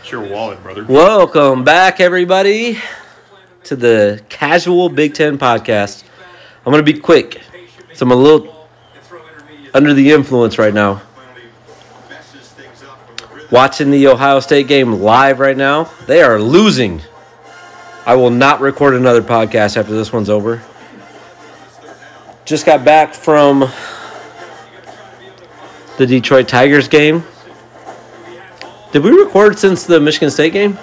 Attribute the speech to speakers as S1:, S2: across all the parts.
S1: It's your wallet, brother.
S2: Welcome back, everybody, to the Casual Big Ten Podcast. I'm going to be quick, so I'm a little under the influence right now. Watching the Ohio State game live right now. They are losing. I will not record another podcast after this one's over. Just got back from the Detroit Tigers game. Did we record since the Michigan State game?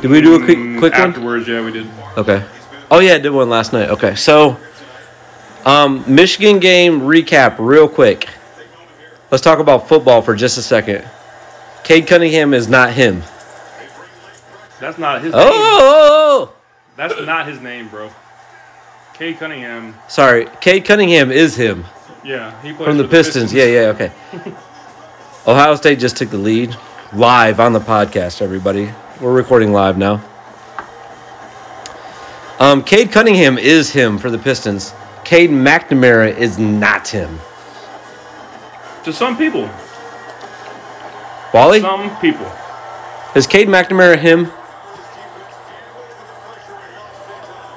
S2: Did we do a quick,
S1: Mm,
S2: quick one?
S1: Afterwards, yeah, we did.
S2: Okay. Oh yeah, I did one last night. Okay, so um, Michigan game recap real quick. Let's talk about football for just a second. Cade Cunningham is not him.
S1: That's not his.
S2: Oh, oh, oh,
S1: Name. That's not his name, bro. K Cunningham.
S2: oh. sorry. Cade Cunningham is him
S1: Yeah, he plays
S2: from the
S1: for
S2: Pistons. Yeah, yeah, okay. Ohio State just took the lead live on the podcast. Everybody, we're recording live now. Um, Cade Cunningham is him for the Pistons. Cade McNamara is not him.
S1: To some people,
S2: Wally?
S1: some people.
S2: Is Cade McNamara him?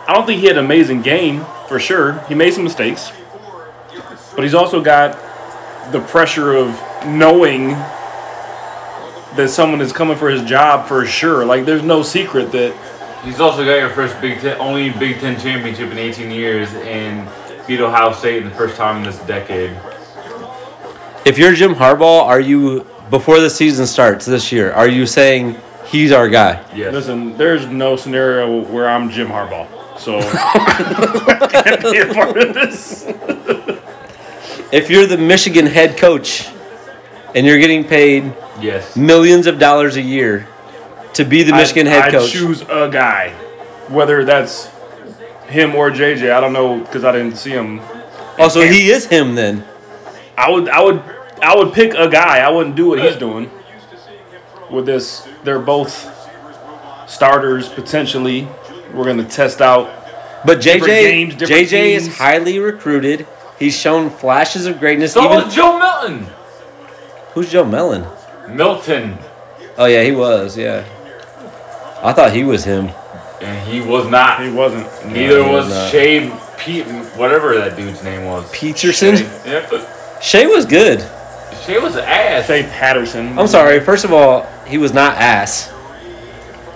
S1: I don't think he had an amazing game for sure. He made some mistakes, but he's also got the pressure of knowing that someone is coming for his job for sure. Like, there's no secret that
S3: He's also got your first Big Ten, only Big Ten championship in 18 years, and beat Ohio State in the first time in this decade.
S2: If you're Jim Harbaugh, are you before the season starts this year? Are you saying he's our guy?
S3: Yes.
S1: Listen, there's no scenario where I'm Jim Harbaugh, so I can't be a part of this.
S2: If you're the Michigan head coach and you're getting paid
S3: Yes.
S2: millions of dollars a year to be the Michigan
S1: I,
S2: head
S1: I
S2: coach,
S1: choose a guy, whether that's him or JJ. I don't know because I didn't see him.
S2: also Oh, he is him then.
S1: I would, I would, I would pick a guy. I wouldn't do what he's doing with this. They're both starters potentially. We're gonna test out.
S2: But JJ
S1: games, different
S2: JJ
S1: teams.
S2: is highly recruited. He's shown flashes of greatness.
S3: So
S2: even
S3: was Joe Milton.
S2: who's Joe Mellon?
S3: Milton,
S2: Oh yeah, he was. Yeah, I thought he was him.
S3: and he was not.
S1: He wasn't.
S3: Neither
S2: he was
S3: was
S2: not.
S3: Shade Pete, whatever that dude's name was.
S2: Peterson?
S3: Shea- Yeah, but
S2: Shea was good.
S3: Shea was ass.
S1: Say Patterson.
S2: I'm sorry. First of all, he was not ass.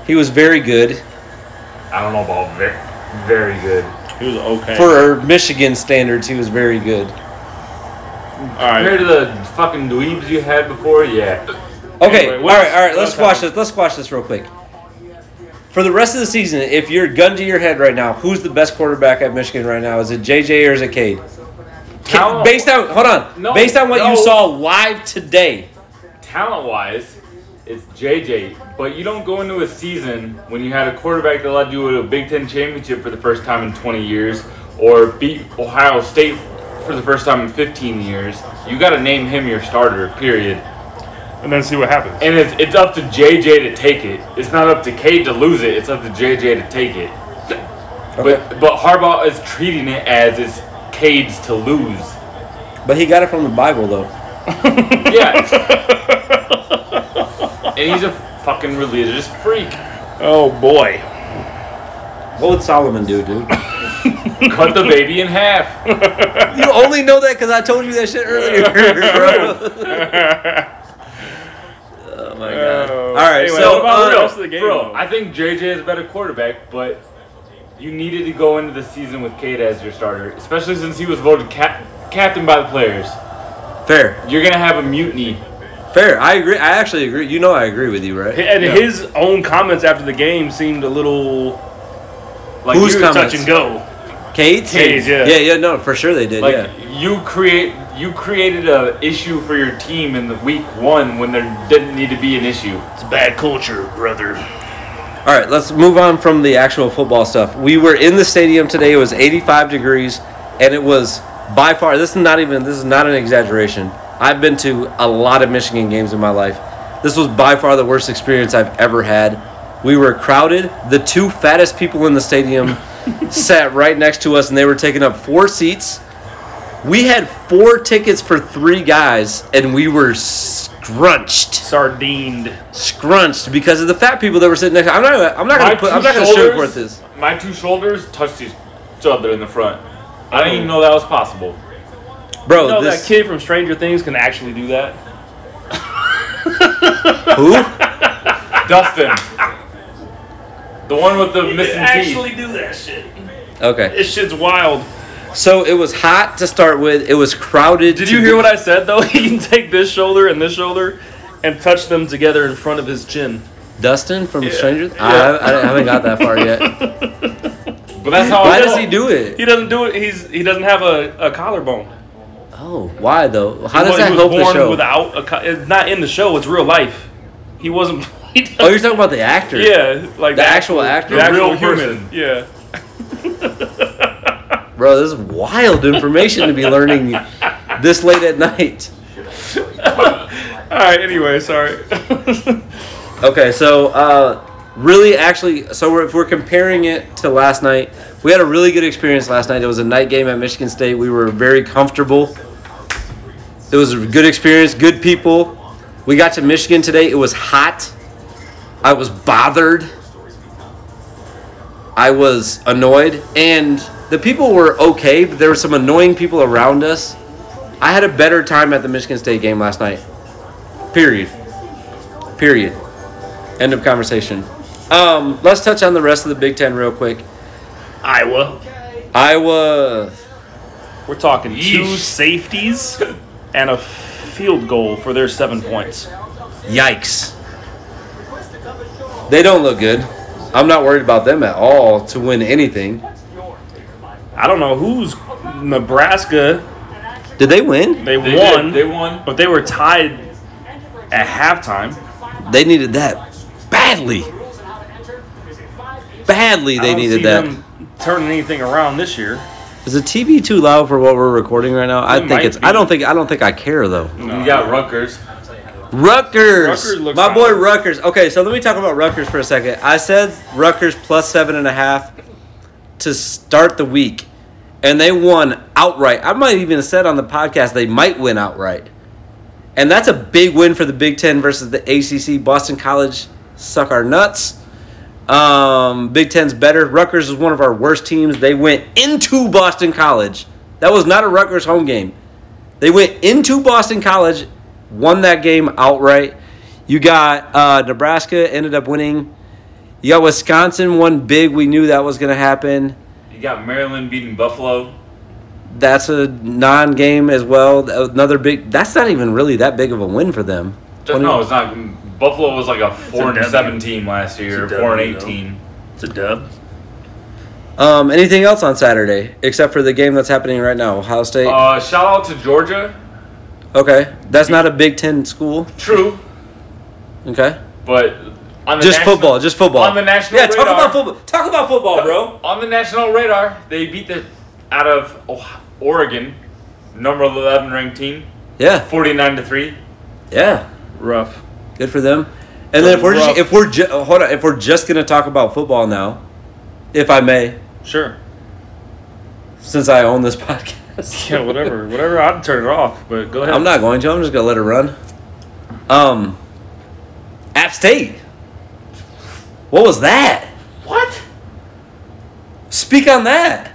S2: He was very good
S3: I don't know about Vic. Very good.
S1: He was okay.
S2: for Michigan standards. He was very good.
S1: All right.
S3: Compared to the fucking dweebs you had before, yeah.
S2: Okay,
S1: Anyway,
S2: all
S1: what
S2: right,
S1: else- what
S2: all right. Let's
S1: else
S2: squash
S1: happened?
S2: this. Let's squash this real quick. For the rest of the season, if you're gun to your head right now, who's the best quarterback at Michigan right now? Is it JJ or is it Cade? Ca-
S3: Talent-
S2: Based on hold on,
S3: No,
S2: based on what you
S3: no.
S2: saw live today,
S3: talent wise, it's JJ. But you don't go into a season when you had a quarterback that led you to a Big Ten championship for the first time in 20 years, or beat Ohio State for the first time in 15 years. You got to name him your starter. Period.
S1: And then see what happens.
S3: And it's it's up to JJ to take it. It's not up to Cade to lose it. It's up to JJ to take it. But but Harbaugh is treating it as it's Cade's to lose.
S2: but he got it from the Bible though.
S3: Yeah. and he's a fucking religious freak.
S1: Oh boy.
S2: What would Solomon do, dude?
S3: Cut the baby in half.
S2: you only know that because I told you that shit earlier, bro. oh my god! all right,
S1: Anyway,
S2: so
S1: what about
S2: uh,
S1: the rest of the game?
S3: Bro,
S1: though?
S3: I think JJ is a better quarterback, but you needed to go into the season with Cade as your starter, especially since he was voted cap- captain by the players.
S2: fair,
S3: You're gonna have a mutiny.
S2: fair. I agree. I actually agree. You know, I agree with you, right?
S1: and
S3: Yeah.
S1: his own comments after the game seemed a little like
S2: Whose
S1: you were touch
S2: comments?
S1: and go.
S2: Kate's?
S1: Kate's, yeah.
S2: yeah, yeah. No, for sure they did.
S3: Like
S2: yeah,
S3: you create, you created a issue for your team in the week one when there didn't need to be an issue.
S1: It's bad culture, brother.
S2: All right, let's move on from the actual football stuff. We were in the stadium today. It was 85 degrees, and it was by far. This is not even. This is not an exaggeration. I've been to a lot of Michigan games in my life. This was by far the worst experience I've ever had. We were crowded. The two fattest people in the stadium sat right next to us, and they were taking up four seats. We had four tickets for three guys, and we were s- scrunched,
S1: Sardined.
S2: scrunched because of the fat people that were sitting next. I'm not. gonna- I'm not gonna. Put, I'm not gonna sugarcoat this.
S3: My two shoulders touched each other in the front. I didn't even know that was possible.
S2: Bro,
S1: You know
S2: this
S1: that kid from Stranger Things can actually do that.
S2: who?
S3: Dustin, the one with the missing teeth.
S1: actually do that shit.
S2: Okay.
S1: This shit's wild.
S2: So it was hot to start with. It was crowded.
S1: Did
S2: to
S1: you
S2: be-
S1: hear what I said though? He can take this shoulder and this shoulder and touch them together in front of his chin.
S2: Dustin from Stranger? I, I haven't got that far yet.
S3: But that's how.
S2: Why
S3: I
S2: does
S3: felt.
S2: he do it?
S1: He doesn't do it. He's he doesn't have a, a collarbone.
S2: Oh, why though? How does
S1: Well,
S2: that
S1: he was
S2: help
S1: born
S2: the show?
S1: Without a, co- it's not in the show. It's real life. He wasn't. He doesn't-
S2: Oh, you're talking about the actor.
S1: yeah, like
S2: The actual actor.
S1: the actual
S3: Real
S1: human.
S3: person.
S1: Yeah.
S2: Bro, this is wild information to be learning this late at night.
S1: All right. Anyway, sorry.
S2: Okay, so uh, really, actually, so we're, if we're comparing it to last night, we had a really good experience last night. It was a night game at Michigan State. We were very comfortable. It was a good experience, good people. We got to Michigan today. It was hot. I was bothered. I was annoyed, and the people were okay, but there were some annoying people around us. I had a better time at the Michigan State game last night. Period. Period. End of conversation. Um, let's touch on the rest of the Big Ten real quick.
S1: Iowa.
S2: Iowa.
S1: We're talking two
S3: Yeesh.
S1: safeties and a field goal for their seven points.
S2: Yikes. They don't look good. I'm not worried about them at all to win anything.
S1: I don't know who's Nebraska.
S2: Did they win?
S1: They,
S3: They
S1: won,
S3: Did. They won.
S1: but they were tied at halftime.
S2: They needed that badly. Badly,
S1: I
S2: they
S1: don't see
S2: needed that. Is
S1: Them turning anything around this year.
S2: the TV too loud for what we're recording right now? I
S1: It
S2: think
S1: might
S2: it's. I
S1: be.
S2: don't think. I don't think I care though.
S3: You got Rutgers.
S2: Rutgers.
S1: Rutgers looks
S2: My
S1: fine.
S2: boy Rutgers. Okay, so let me talk about Rutgers for a second. I said Rutgers plus seven and a half to start the week, and they won outright. I might even have said on the podcast they might win outright. And that's a big win for the Big Ten versus the ACC. Boston College suck our nuts. Um, Big Ten's better. Rutgers is one of our worst teams. They went into Boston College. That was not a Rutgers home game. They went into Boston College, won that game outright. You got uh, Nebraska ended up winning. You got Wisconsin won big. We knew that was going to happen.
S3: You got Maryland beating Buffalo.
S2: That's a non-game as well. Another big. That's not even really that big of a win for them.
S3: No, it's not. Buffalo was like a four and
S1: W.
S3: seven team last year,
S1: It's a
S3: four
S1: W,
S3: and
S1: though.
S3: eighteen.
S1: It's a dub.
S2: Um, anything else on Saturday except for the game that's happening right now, Ohio State?
S3: Uh, shout out to Georgia.
S2: okay, that's not a Big Ten school.
S3: True,
S2: Okay,
S3: but on the
S2: just
S3: national-
S2: football, just football.
S3: on the national
S2: Yeah, talk
S3: radar.
S2: about football. Talk about football, bro.
S3: On the national radar, they beat the out of Oh- Oregon, number eleven ranked team,
S2: Yeah,
S3: forty nine to three.
S2: yeah.
S1: Rough.
S2: Good for them. And then if we're
S1: Rough.
S2: just, if we're ju- oh, hold on if we're just gonna talk about football now, if I may,
S1: Sure.
S2: since I own this podcast,
S1: Yeah, whatever. whatever. I'd turn it off, but go ahead.
S2: I'm not going to. I'm just gonna let it run. Um, App State. What was that?
S3: What?
S2: Speak on that,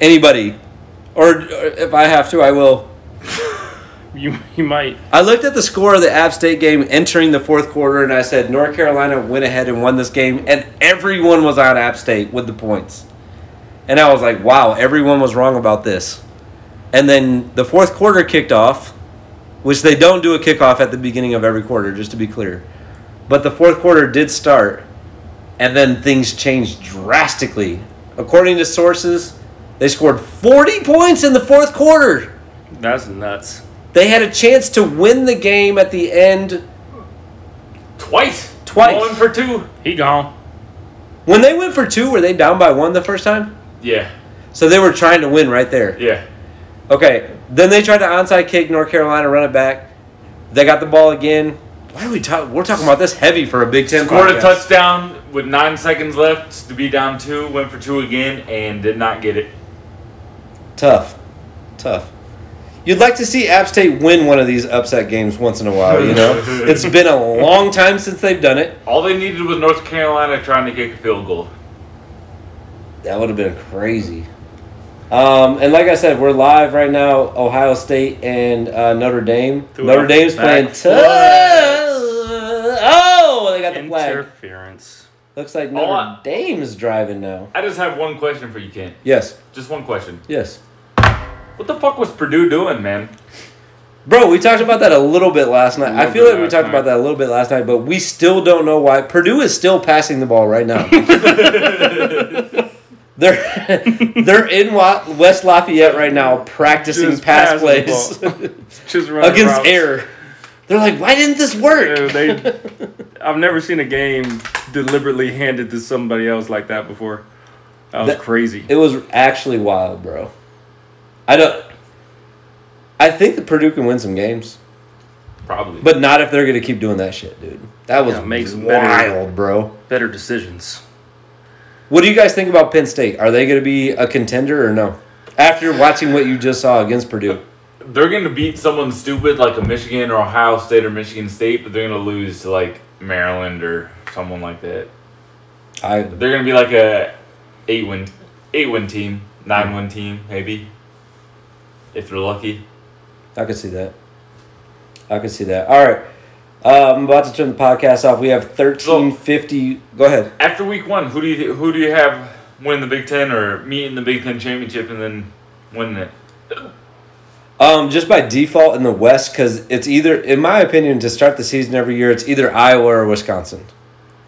S2: anybody, or, or if I have to, I will.
S1: You, you might.
S2: I looked at the score of the App State game entering the fourth quarter, and I said North Carolina went ahead and won this game, and everyone was on App State with the points. And I was like, wow, everyone was wrong about this. And then the fourth quarter kicked off, which they don't do a kickoff at the beginning of every quarter, just to be clear. But the fourth quarter did start, and then things changed drastically. According to sources, they scored 40 points in the fourth quarter.
S1: That's nuts.
S2: They had a chance to win the game at the end.
S3: Twice.
S2: Twice.
S3: One for two.
S1: He gone.
S2: When they went for two, were they down by one the first time?
S3: Yeah.
S2: So they were trying to win right there.
S3: Yeah.
S2: Okay. Then they tried to onside kick North Carolina, run it back. They got the ball again. Why are we talking? We're talking about this heavy for a Big Ten.
S3: Scored
S2: podcast.
S3: a touchdown with nine seconds left to be down two. Went for two again and did not get it.
S2: Tough, tough. You'd like to see App State win one of these upset games once in a while, you know? it's been a long time since they've done it.
S3: All they needed was North Carolina trying to kick a field goal.
S2: That would have been crazy. Um, and like I said, we're live right now. Ohio State and uh, Notre Dame.
S1: Threw
S2: Notre
S1: out
S2: Dame's
S1: back
S2: playing.
S1: flags.
S2: T- oh, they got the flag.
S1: Interference.
S2: Looks like
S3: Oh, I-
S2: Notre Dame is driving now.
S3: I just have one question for you, Kent.
S2: Yes,
S3: Just one question.
S2: yes,
S3: What the fuck was Purdue doing, man?
S2: bro. We talked about that a little bit last night. I
S3: little
S2: feel
S3: bit
S2: like we
S3: last
S2: talked about
S3: night.
S2: that a little bit last night, but we still don't know why Purdue is still passing the ball right now. they're they're in Wa- West Lafayette right now practicing
S1: Just
S2: pass
S1: passing the
S2: plays.
S1: Just running
S2: against
S1: routes.
S2: air. They're like, why didn't this
S1: Dude,
S2: work?
S1: they, I've never seen a game deliberately handed to somebody else like that before. That was
S2: That-
S1: crazy.
S2: It was actually wild, bro. I don't. I think that Purdue can win some games,
S3: Probably.
S2: but not if they're gonna keep doing that shit, dude. That was
S1: Yeah, makes them better.
S2: wild, bro.
S1: Better decisions.
S2: What do you guys think about Penn State? Are they gonna be a contender or no? After watching what you just saw against Purdue,
S3: they're going to beat someone stupid like a Michigan or Ohio State or Michigan State, but they're going to lose to like Maryland or someone like that.
S2: I
S3: They're going to be like a eight win, eight win team, nine win team maybe, if they're lucky.
S2: I could see that. I could see that. All right, uh, I'm about to turn the podcast off. We have thirteen fifty. Go ahead.
S3: After week one, who do you who do you have win the Big Ten or meet in the Big Ten championship and then win it?
S2: Um, just by default in the West, because it's either, in my opinion, to start the season every year, it's either Iowa or Wisconsin.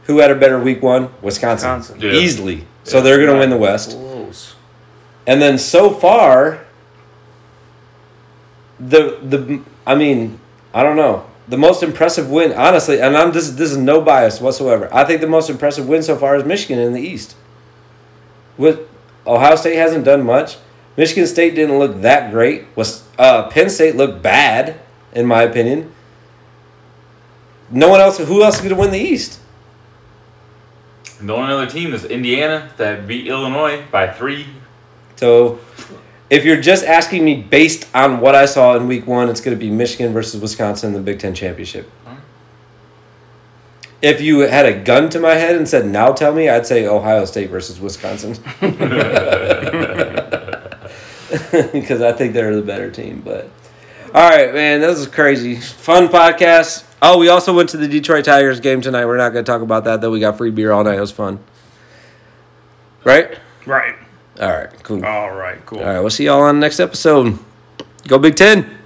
S2: Who had a better Week One? Wisconsin,
S1: Wisconsin.
S3: Yeah.
S2: easily. So they're going to win the West.
S1: Close.
S2: And then so far, the the I mean, I don't know. The most impressive win, honestly, and I'm this this is no bias whatsoever. I think the most impressive win so far is Michigan in the East. With Ohio State hasn't done much. Michigan State didn't look that great. Was uh, Penn State looked bad, in my opinion. No one else. Who else is going to win the East?
S3: The only other team is Indiana that beat Illinois by three.
S2: So, if you're just asking me based on what I saw in week one, it's going to be Michigan versus Wisconsin in the Big Ten Championship. If you had a gun to my head and said, now tell me, I'd say Ohio State versus Wisconsin. Because I think they're the better team. But, all right, man, this is crazy. Fun podcast. Oh, we also went to the Detroit Tigers game tonight. We're not going to talk about that, though. We got free beer all night. It was fun. Right?
S1: Right.
S2: All right, cool.
S1: All right. Cool.
S2: All right, we'll see y'all on the next episode. Go Big Ten.